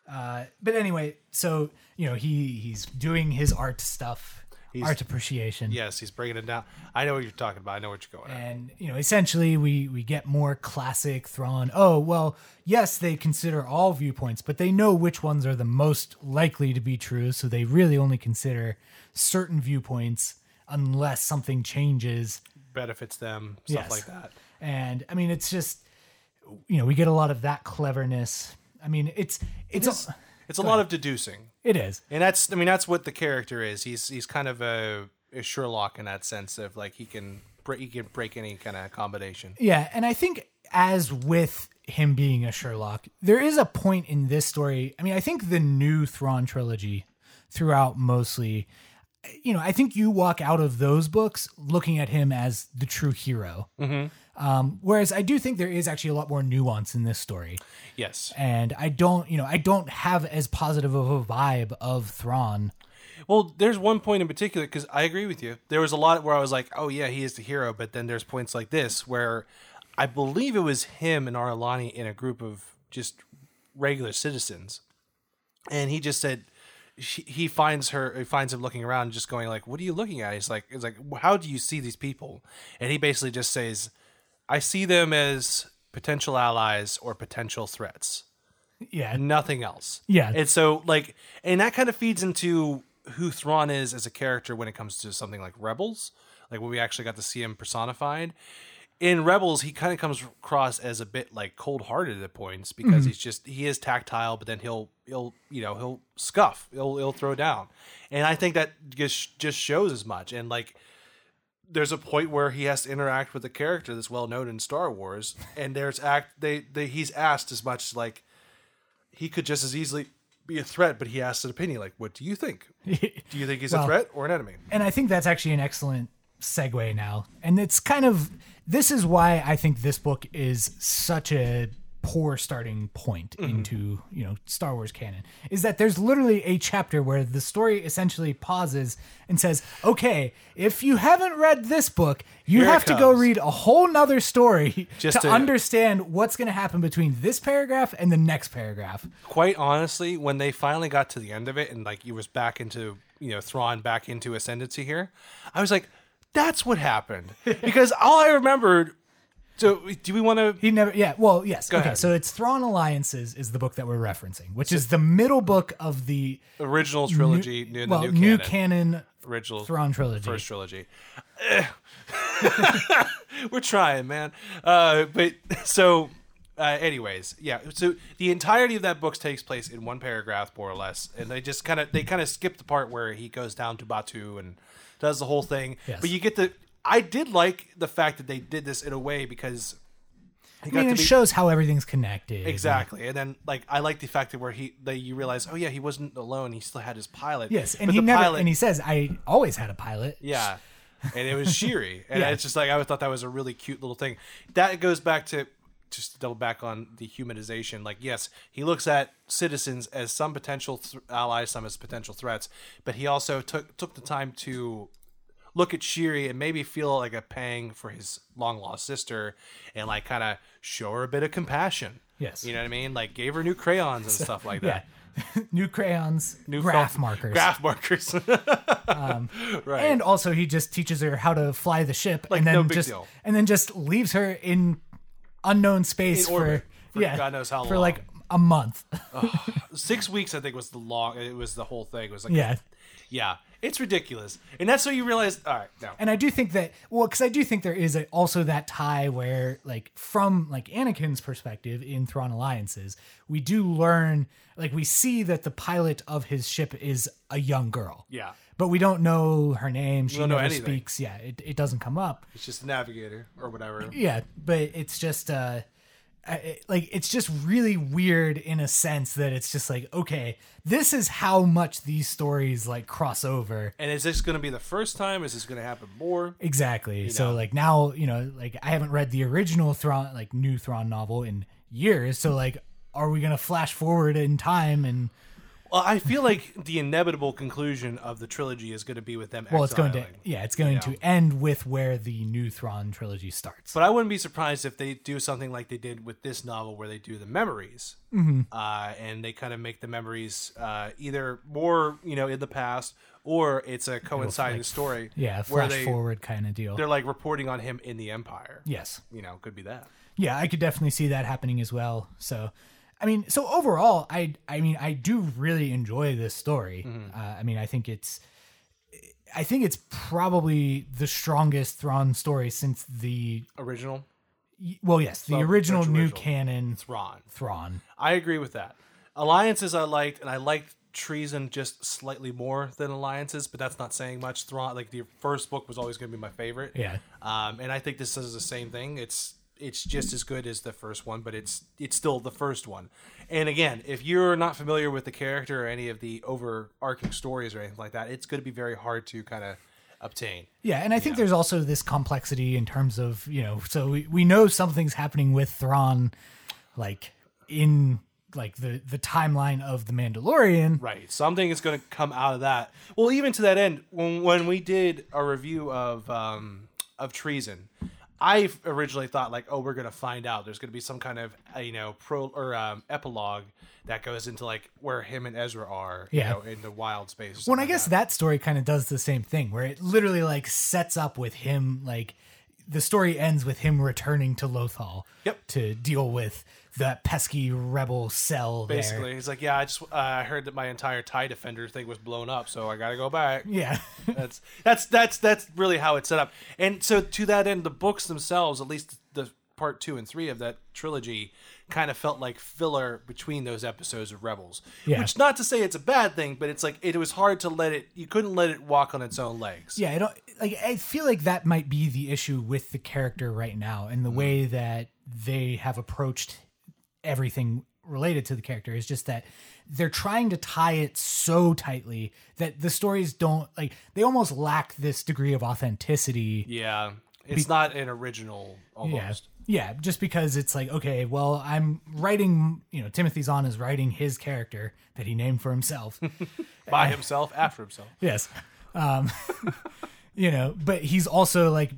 but anyway, so you know, he he's doing his art stuff, art appreciation. yes, he's breaking it down. I know what you're talking about. I know what you're going at. and you know essentially we we get more classic Thrawn. Oh well, yes they consider all viewpoints, but they know which ones are the most likely to be true, so they really only consider certain viewpoints unless something changes. Benefits them, stuff Yes. like that. And I mean, it's just you know we get a lot of that cleverness. I mean, it's it's It's, it's a lot of deducing, it is and that's. I mean, that's what the character is. He's he's kind of a, a Sherlock in that sense of like he can break he can break any kind of combination. Yeah, and I think as with him being a Sherlock, there is a point in this story. I mean, I think the new Thrawn trilogy throughout mostly you know, I think you walk out of those books looking at him as the true hero. Um, whereas I do think there is actually a lot more nuance in this story, Yes. and I don't, you know, I don't have as positive of a vibe of Thrawn. Well, there's one point in particular because I agree with you. There was a lot where I was like, "Oh yeah, he is the hero," but then there's points like this where I believe it was him and Arlani in a group of just regular citizens, and he just said she, he finds her, he finds him looking around, just going like, "What are you looking at?" He's like, "It's like, how do you see these people?" And he basically just says, "I see them as potential allies or potential threats." Yeah, nothing else. Yeah. And so like and that kind of feeds into who Thrawn is as a character when it comes to something like Rebels, like when we actually got to see him personified. In Rebels, he kind of comes across as a bit like cold-hearted at points because he's just he is tactile, but then he'll he'll you know he'll scuff, he'll he'll throw down, and I think that just just shows as much. And like there's a point where he has to interact with a character that's well known in Star Wars, and there's act they, they he's asked as much like he could just as easily be a threat, but he asks an opinion like, "What do you think? Do you think he's a threat or an enemy?" and I think that's actually an excellent segue now. And it's kind of this is why I think this book is such a poor starting point Mm-hmm. into, you know, Star Wars canon is that there's literally a chapter where the story essentially pauses and says, "Okay, if you haven't read this book, you Here it have to go comes." read a whole nother story Just to to- understand what's going to happen between this paragraph and the next paragraph." Quite honestly, when they finally got to the end of it and like he was back into you know Thrawn back into ascendancy here, I was like, "That's what happened," because all I remembered. So, do we want to? He never, yeah. Well, yes. okay, ahead. so it's Thrawn Alliances is the book that we're referencing, which is the middle book of the Original trilogy, new, well the new, new canon, canon, original Thrawn trilogy. first trilogy. Eh. We're trying, man. Uh, but so, uh, anyways, yeah. So the entirety of that book takes place in one paragraph, more or less, and they just kind of they kind of skip the part where he goes down to Batu and does the whole thing. Yes. But you get the. I did like the fact that they did this in a way because. He I mean, it shows how everything's connected. Exactly, and then like I like the fact that where he that you realize, oh yeah, he wasn't alone. He still had his pilot. Yes, and But he the never pilot- and he says, "I always had a pilot." yeah. And it was Shiri. And Yeah. it's just like I thought that was a really cute little thing. That goes back to just to double back on the humanization, like yes, he looks at citizens as some potential th- allies, some as potential threats, but he also took took the time to look at Shiri and maybe feel like a pang for his long lost sister, and like kind of show her a bit of compassion. Yes. you know what I mean. Like gave her new crayons and stuff like that. Yeah. New crayons, New graph felt- markers. Graph markers. right. And also he just teaches her how to fly the ship and then no big just deal. and then just leaves her in unknown space In for, orbit for yeah, God knows how for long. like a month. six weeks i think was the long it was the whole thing it was like yeah. yeah it's ridiculous and that's when you realize all right no And I do think that well, because I do think there is a, also that tie where, like, from like Anakin's perspective in Thrawn Alliances, we do learn, like, we see that the pilot of his ship is a young girl. yeah But we don't know her name. She don't know never anything. speaks. Yeah, it, it doesn't come up. it's just a navigator or whatever Yeah, but it's just uh I- it- like it's just really weird in a sense that it's just like okay, this is how much these stories like cross over. and is this going to be the first time is this going to happen more Exactly. So know. like now, you know, like I haven't read the original Thrawn like new Thrawn novel in years, so like are we going to flash forward in time and well i feel like the inevitable conclusion of the trilogy is going to be with them well it's going to exiling. yeah, it's going to end with where the new Thrawn trilogy starts. but i wouldn't be surprised if they do something like they did with this novel where they do the memories uh, and they kind of make the memories uh, either more you know in the past or it's a coinciding story yeah, where flash they, forward kind of deal. they're like reporting on him in the empire Yes. you know could be that yeah i could definitely see that happening as well so i mean so overall i i mean i do really enjoy this story uh, i mean i think it's i think it's probably the strongest Thrawn story since the original well yes the So, original original, new original. canon Thrawn. Thrawn. I agree with that. Alliances I liked, and I liked Treason just slightly more than Alliances, but that's not saying much. Thrawn, like the first book, was always going to be my favorite. Yeah. Um, and I think this is the same thing. It's it's just as good as the first one, but it's it's still the first one. And again, if you're not familiar with the character or any of the overarching stories or anything like that, it's going to be very hard to kind of obtain. Yeah, and I think there's also this complexity in terms of, you know, so we, we know something's happening with Thrawn like in like the the timeline of the Mandalorian. Right. Something is going to come out of that. Well, even to that end, when, when we did a review of um, of treason, I originally thought like, oh, we're going to find out. There's going to be some kind of uh, you know pro or um, epilogue that goes into like where him and Ezra are, Yeah. you know, in the wild space. or Well, and I something guess like that story kind of does the same thing where it literally like sets up with him like the story ends with him returning to Lothal Yep. to deal with that pesky rebel cell there. Basically, he's like, "Yeah, I just uh, I heard that my entire tie defender thing was blown up, so I gotta go back." Yeah. that's that's that's that's really how it's set up. And so to that end, the books themselves, at least the part two and three of that trilogy, kind of felt like filler between those episodes of Rebels. Yeah. Which not to say it's a bad thing, but it's like it was hard to let it. You couldn't let it walk on its own legs. yeah, I don't like I feel like that might be the issue with the character right now and the way that they have approached everything related to the character is just that they're trying to tie it so tightly that the stories don't like they almost lack this degree of authenticity Yeah. It's not an original almost. Yeah. yeah, just because it's like, okay, well, I'm writing, you know, Timothy Zahn is writing his character that he named for himself. By himself, after himself. yes. Um, you know, but he's also like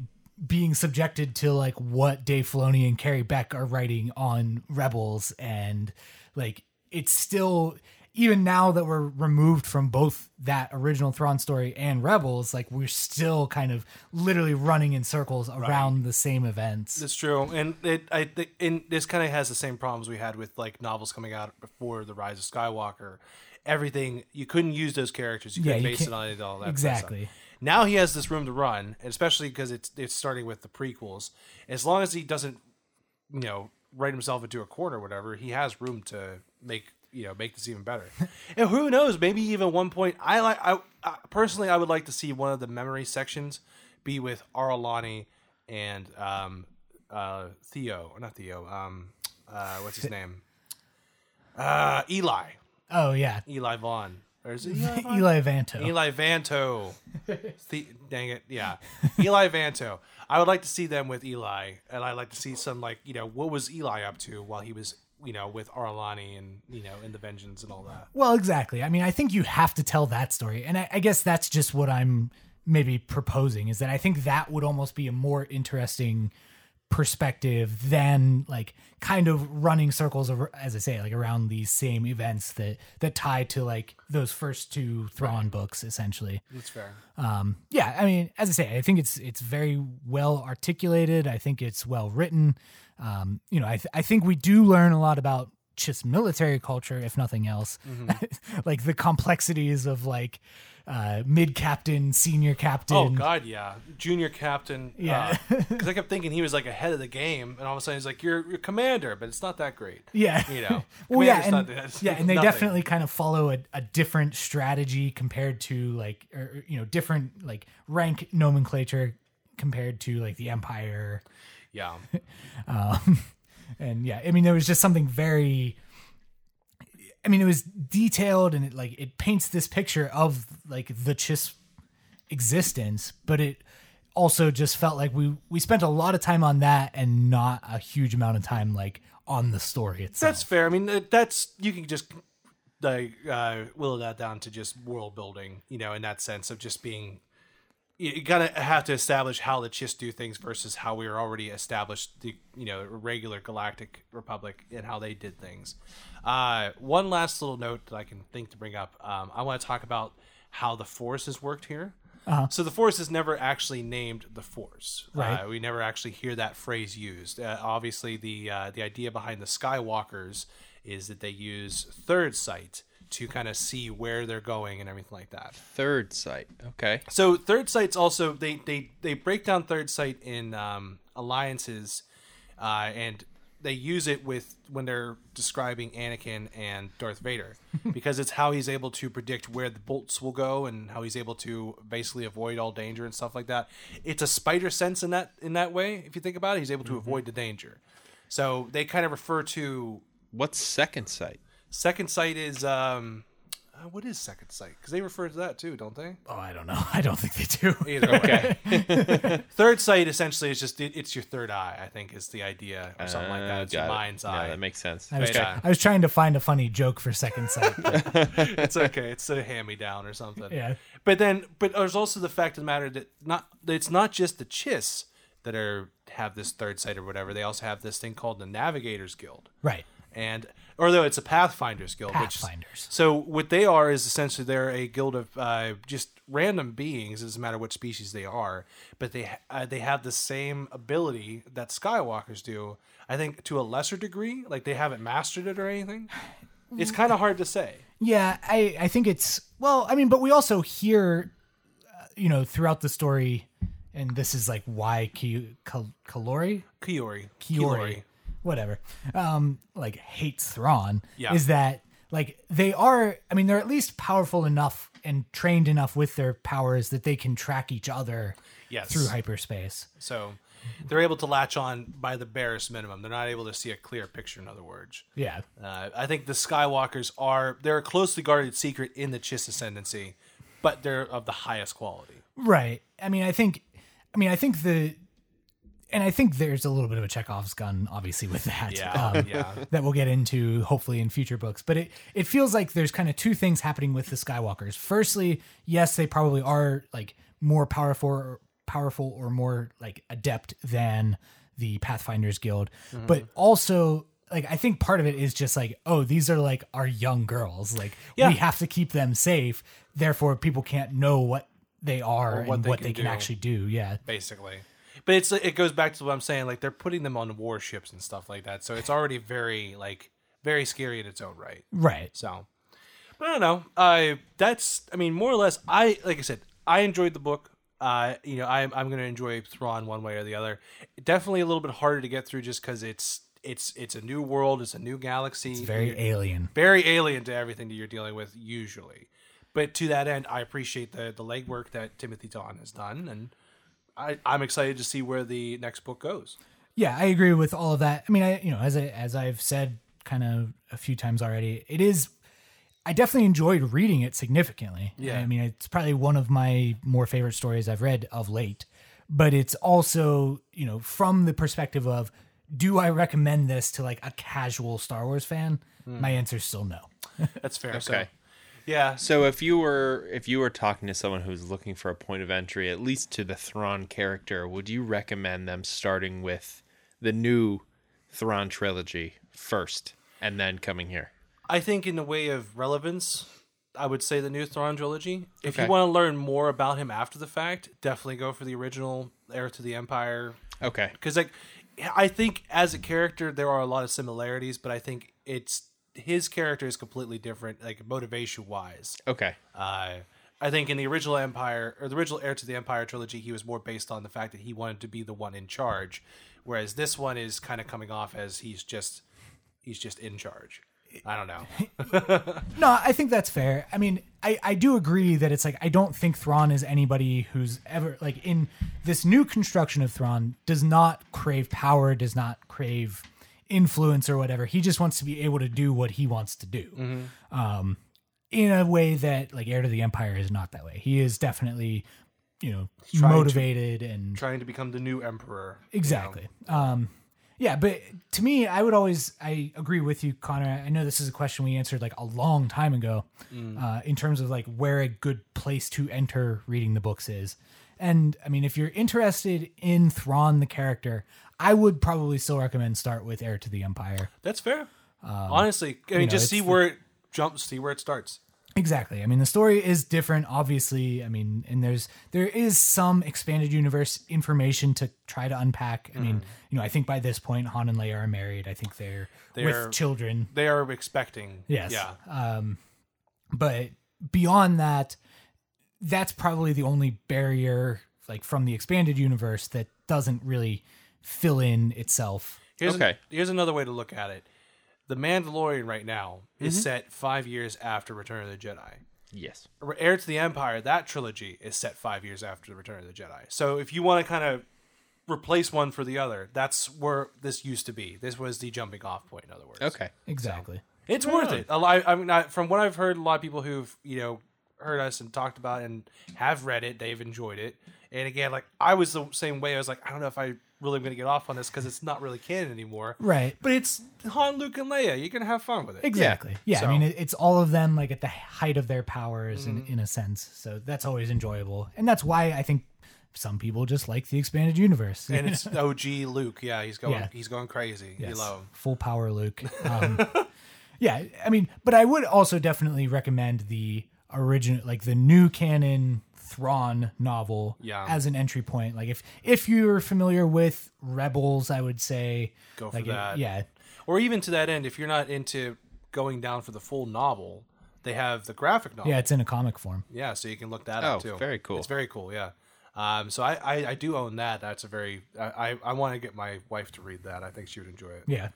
being subjected to like what Dave Filoni and Carrie Beck are writing on Rebels. And like, it's still, even now that we're removed from both that original Thrawn story and Rebels, like, we're still kind of literally running in circles around the same events. That's true, and it I think and this kind of has the same problems we had with like novels coming out before the Rise of Skywalker. Everything you couldn't use those characters, you Yeah, couldn't you base can't- it on it, all that kind of stuff. Exactly. Now he has this room to run, especially because it's it's starting with the prequels. As long as he doesn't, you know, write himself into a corner, or whatever, he has room to make you know make this even better. and who knows? Maybe even one point, I like I, I personally I would like to see one of the memory sections be with Aralani and um, uh, Theo, not Theo. Um, uh, what's his name? Uh, Eli, Oh yeah, Eli Vaughn. Or is it Eli? Vine? Eli Vanto. Eli Vanto. See, dang it, yeah, Eli Vanto. I would like to see them with Eli, and I'd like to see some like you know what was Eli up to while he was you know with Arlani and you know in the Vengeance and all that. Well, exactly. I mean, I think you have to tell that story. And I, I guess that's just what I'm maybe proposing is that I think that would almost be a more interesting perspective than like kind of running circles over as I say, like around these same events that that tie to like those first two Thrawn books essentially. That's fair. Um yeah, I mean, as I say, I think it's it's very well articulated. I think it's well written. Um, you know, I th- I think we do learn a lot about just military culture, if nothing else, Mm-hmm. like the complexities of like uh, mid captain, senior captain. Oh God, yeah, junior captain. Yeah. because I kept thinking he was like ahead of the game, and all of a sudden he's like, "You're you're commander," but it's not that great. Yeah. you know, well, yeah, Commander's and, not- that's yeah, and they nothing. definitely kind of follow a, a different strategy compared to like, or, or, you know, different like rank nomenclature compared to like the Empire. yeah, Um, and yeah, I mean, there was just something very. I mean, it was detailed and it like it paints this picture of like the Chiss existence, but it also just felt like we we spent a lot of time on that and not a huge amount of time like on the story itself. that's fair. I mean, that- that's you can just like uh, will that down to just world building, you know, in that sense of just being. You you gotta have to establish how the Chiss do things versus how we are already established the you know regular Galactic Republic and how they did things. Uh, one last little note that I can think to bring up. Um, I want to talk about how the Force has worked here. So the Force is never actually named the Force. Right. Uh, we never actually hear that phrase used. Uh, obviously, the uh, the idea behind the Skywalkers is that they use third sight to kind of see where they're going and everything like that. Third sight. Okay. So third sight's also they they they break down third sight in um, alliances, uh, and they use it with when they're describing Anakin and Darth Vader because it's how he's able to predict where the bolts will go and how he's able to basically avoid all danger and stuff like that. It's a spider sense in that in that way. If you think about it, he's able to avoid the danger. So they kind of refer to What's second sight? second sight is um, uh, what is second sight because they refer to that too, don't they? Oh, I don't know. I don't think they do. Either way. third sight essentially is just it, it's your third eye. I think is the idea or something like that. Uh, It's your got it. mind's No, eye. that makes sense. I was, Okay. try- I was trying to find a funny joke for second sight. but it's okay. It's a hand me down or something. Yeah. But then, but there's also the fact of the matter that not that it's not just the Chiss that are have this third sight or whatever. They also have this thing called the Navigators Guild. right. and or though it's a Pathfinders Guild. Which, Pathfinders. so what they are is essentially they're a guild of uh, just random beings. It doesn't matter what species they are, but they ha- uh, they have the same ability that Skywalkers do. I think to a lesser degree, like they haven't mastered it or anything. It's kind of hard to say. Yeah, I, I think it's well, I mean, but we also hear, uh, you know, throughout the story, and this is like why Ki- Kal- Kalori, Kiori, Kiori, whatever, um, like hates Thrawn. Yeah. Is that like they are? I mean, they're at least powerful enough and trained enough with their powers that they can track each other Yes. through hyperspace. So they're able to latch on by the barest minimum. They're not able to see a clear picture. In other words. Yeah. Uh, I think the Skywalkers are they're a closely guarded secret in the Chiss Ascendancy, but they're of the highest quality. Right. I mean, I think, I mean, I think the, and I think there's a little bit of a Chekhov's gun, obviously, with that. Yeah, um, yeah. That we'll get into hopefully in future books, but it it feels like there's kind of two things happening with the Skywalkers. Firstly, yes, they probably are like more powerful, powerful or more like adept than the Pathfinders Guild, Mm-hmm. but also. Like I think part of it is just like, oh, these are like our young girls. Like Yeah. we have to keep them safe. Therefore, people can't know what they are what and they what can they can do. actually do. Yeah. Basically. But it's it goes back to what I'm saying, like they're putting them on warships and stuff like that. So it's already very like very scary in its own right. Right. So, but I don't know. I that's I mean more or less. I like I said I enjoyed the book. Uh, you know I'm I'm gonna enjoy Thrawn one way or the other. Definitely a little bit harder to get through just because it's it's it's a new world, it's a new galaxy. It's Very alien. very alien to everything that you're dealing with usually. But to that end, I appreciate the the legwork that Timothy Dawn has done, and I, I'm excited to see where the next book goes. Yeah, I agree with all of that. I mean, I you know, as I as I've said kind of a few times already, it is I definitely enjoyed reading it significantly. Yeah. I mean, it's probably one of my more favorite stories I've read of late, but it's also, you know, from the perspective of do I recommend this to like a casual Star Wars fan? My answer's still no. That's fair. So, Okay. yeah. So if you were if you were talking to someone who's looking for a point of entry, at least to the Thrawn character, would you recommend them starting with the new Thrawn trilogy first, and then coming here? I think in the way of relevance, I would say the new Thrawn trilogy. If Okay. you want to learn more about him after the fact, definitely go for the original Heir to the Empire. Okay. Because like, I think as a character there are a lot of similarities, but I think it's his character is completely different, like motivation wise. Okay. Uh, I think in the original Empire or the original Heir to the Empire trilogy, he was more based on the fact that he wanted to be the one in charge, whereas this one is kind of coming off as he's just he's just in charge. I don't know. No, I think that's fair. I mean, I, I do agree that it's like I don't think Thrawn is anybody who's ever like in this new construction of Thrawn does not crave power, does not crave influence or whatever. He just wants to be able to do what he wants to do. Um in a way that like heir to the empire is not that way. He is definitely, you know, to- motivated and Trying to become the new emperor. you know? Exactly. Um, yeah, but to me, I would always I agree with you, Connor. I know this is a question we answered like a long time ago, uh, in terms of like where a good place to enter reading the books is. And I mean, if you're interested in Thrawn the character, I would probably still recommend start with Heir to the Empire. That's fair. Honestly, I mean, Um, know, just it's see the- where it jumps, see where it starts. Exactly. I mean, the story is different, obviously. I mean, and there's there is some expanded universe information to try to unpack. I Mm-hmm. mean, you know, I think by this point, Han and Leia are married. I think they're, They're- with children. They are expecting. Yes. Yeah. Um, but beyond that, that's probably the only barrier, like from the expanded universe, that doesn't really fill in itself. Here's an- Okay. here's another way to look at it. The Mandalorian right now Mm-hmm. is set five years after Return of the Jedi. Yes. Heir to the Empire, that trilogy is set five years after the Return of the Jedi. So if you want to kind of replace one for the other, that's where this used to be. This was the jumping off point, in other words. Okay. Exactly. It's worth it. A lot, I mean, I, from what I've heard, a lot of people who've you know heard us and talked about and have read it, they've enjoyed it. And again, like I was the same way. I was like, I don't know if I really am going to get off on this because it's not really canon anymore. Right. But it's Han, Luke, and Leia. You're going to have fun with it. Exactly. Yeah. So- I mean, it- it's all of them like at the height of their powers Mm-hmm. in, in a sense. So that's always enjoyable. And that's why I think some people just like the expanded universe. And it's OG Luke. Yeah, he's going. Yeah. He's going crazy. You Yes. love him. Full power Luke. Um, yeah, I mean, but I would also definitely recommend the original, like the new canon Thrawn novel Yeah. as an entry point. Like if if you're familiar with Rebels, I would say Go for like, that. yeah, Or even to that end, if you're not into going down for the full novel, they have the graphic novel. yeah, it's in a comic form. Yeah, so you can look that Oh, up too. very cool. It's very cool. Yeah. Um, so I, I, I do own that. That's a very I, I, I want to get my wife to read that. I think she would enjoy it. Yeah.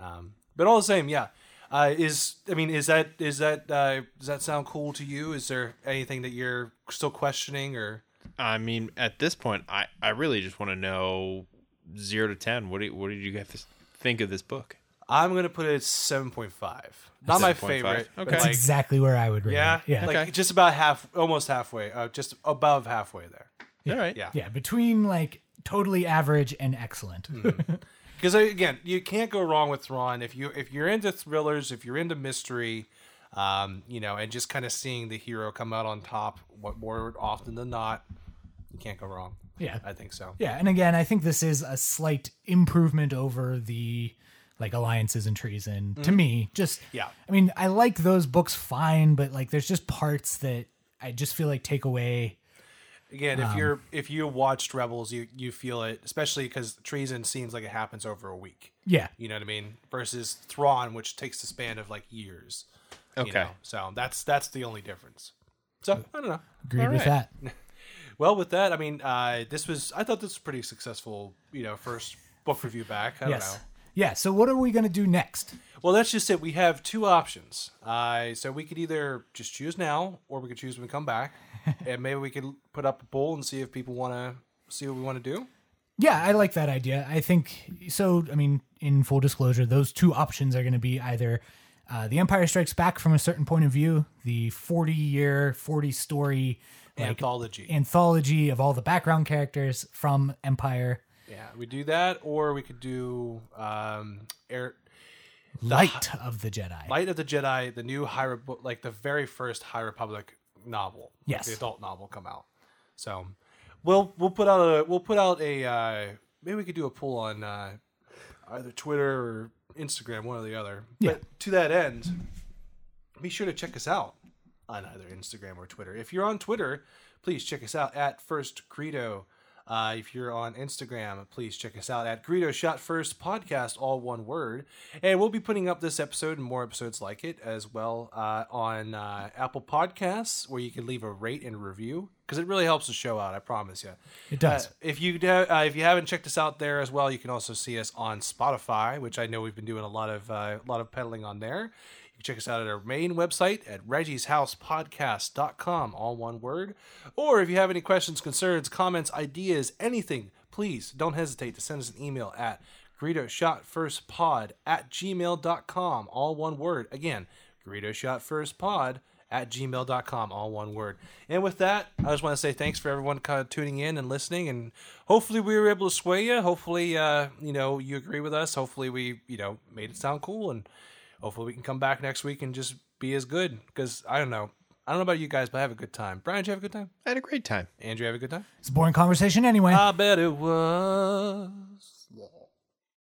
Um, but all the same, yeah. Uh, is I mean, is that is that uh, does that sound cool to you? Is there anything that you're still questioning or? I mean, at this point, I I really just want to know zero to ten. What do you, what did you guys think of this book? I'm gonna put it seven point five. Not my 7.5. favorite. but, Okay. That's like- exactly where I would rate yeah. it. Yeah. Like Okay. just about half, almost halfway. Uh, just above halfway there. All right. Yeah. yeah, between like totally average and excellent. Hmm. because uh, again, you can't go wrong with Thrawn if you if you're into thrillers, if you're into mystery, um, you know, and just kind of seeing the hero come out on top what more often than not, you can't go wrong. Yeah. I think so. Yeah, and again, I think this is a slight improvement over the like alliances and treason to Hmm. me. Just Yeah. I mean, I like those books fine, but like there's just parts that I just feel like take away. Again, Um, if you're if you watched Rebels, you you feel it, especially because treason seems like it happens over a week. Yeah, You know what I mean? Versus Thrawn, which takes the span of like years. you Okay. know? So that's that's the only difference. So I don't know. agreed All with right. that. Well, with that, I mean, uh, this was I thought this was pretty successful. You know, first book review back. I don't Yes. Yeah. So what are we gonna do next? know. Well, that's just it. We have two options. Uh, so we could either just choose now, or we could choose when we come back, and maybe we could put up a poll and see if people want to see what we want to do. Yeah, I like that idea. I think so. I mean, in full disclosure, those two options are going to be either Uh, the Empire Strikes Back from a certain point of view, the 40 year, 40 story like, anthology. anthology of all the background characters from Empire yeah, we do that, or we could do um, Air Light of the Jedi. Light of the Jedi, the new High Republic, like the very first High Republic novel, like Yes. the adult novel come out. So we'll we'll put out a we'll put out a uh, maybe we could do a poll on uh, either Twitter or Instagram, one or the other. Yeah. But to that end, be sure to check us out on either Instagram or Twitter. If you're on Twitter, please check us out at First Credo. Uh, if you're on Instagram, please check us out at Greedo Shot First Podcast, all one word. And we'll be putting up this episode and more episodes like it as well uh, on uh, Apple Podcasts, where you can leave a rate and review because it really helps the show out. I promise you. It does. Uh, if you do, uh, if you haven't checked us out there as well, you can also see us on Spotify, which I know we've been doing a lot of uh, a lot of peddling on there. You can check us out at our main website at Reggie's House Podcast.com, all one word. Or if you have any questions, concerns, comments, ideas, anything, please don't hesitate to send us an email at Greedo Shot First Pod at gmail.com, all one word. Again, Greedo Shot First Pod at gmail.com, all one word. And with that, I just want to say thanks for everyone kind of tuning in and listening. And hopefully, we were able to sway you. Hopefully, uh, you know, you agree with us. Hopefully, we, you know, made it sound cool. And hopefully, we can come back next week and just be as good. Because I don't know. I don't know about you guys, but I have a good time. Brian, did you have a good time? I had a great time. Andrew, have a good time? It's a boring conversation anyway. I bet it was.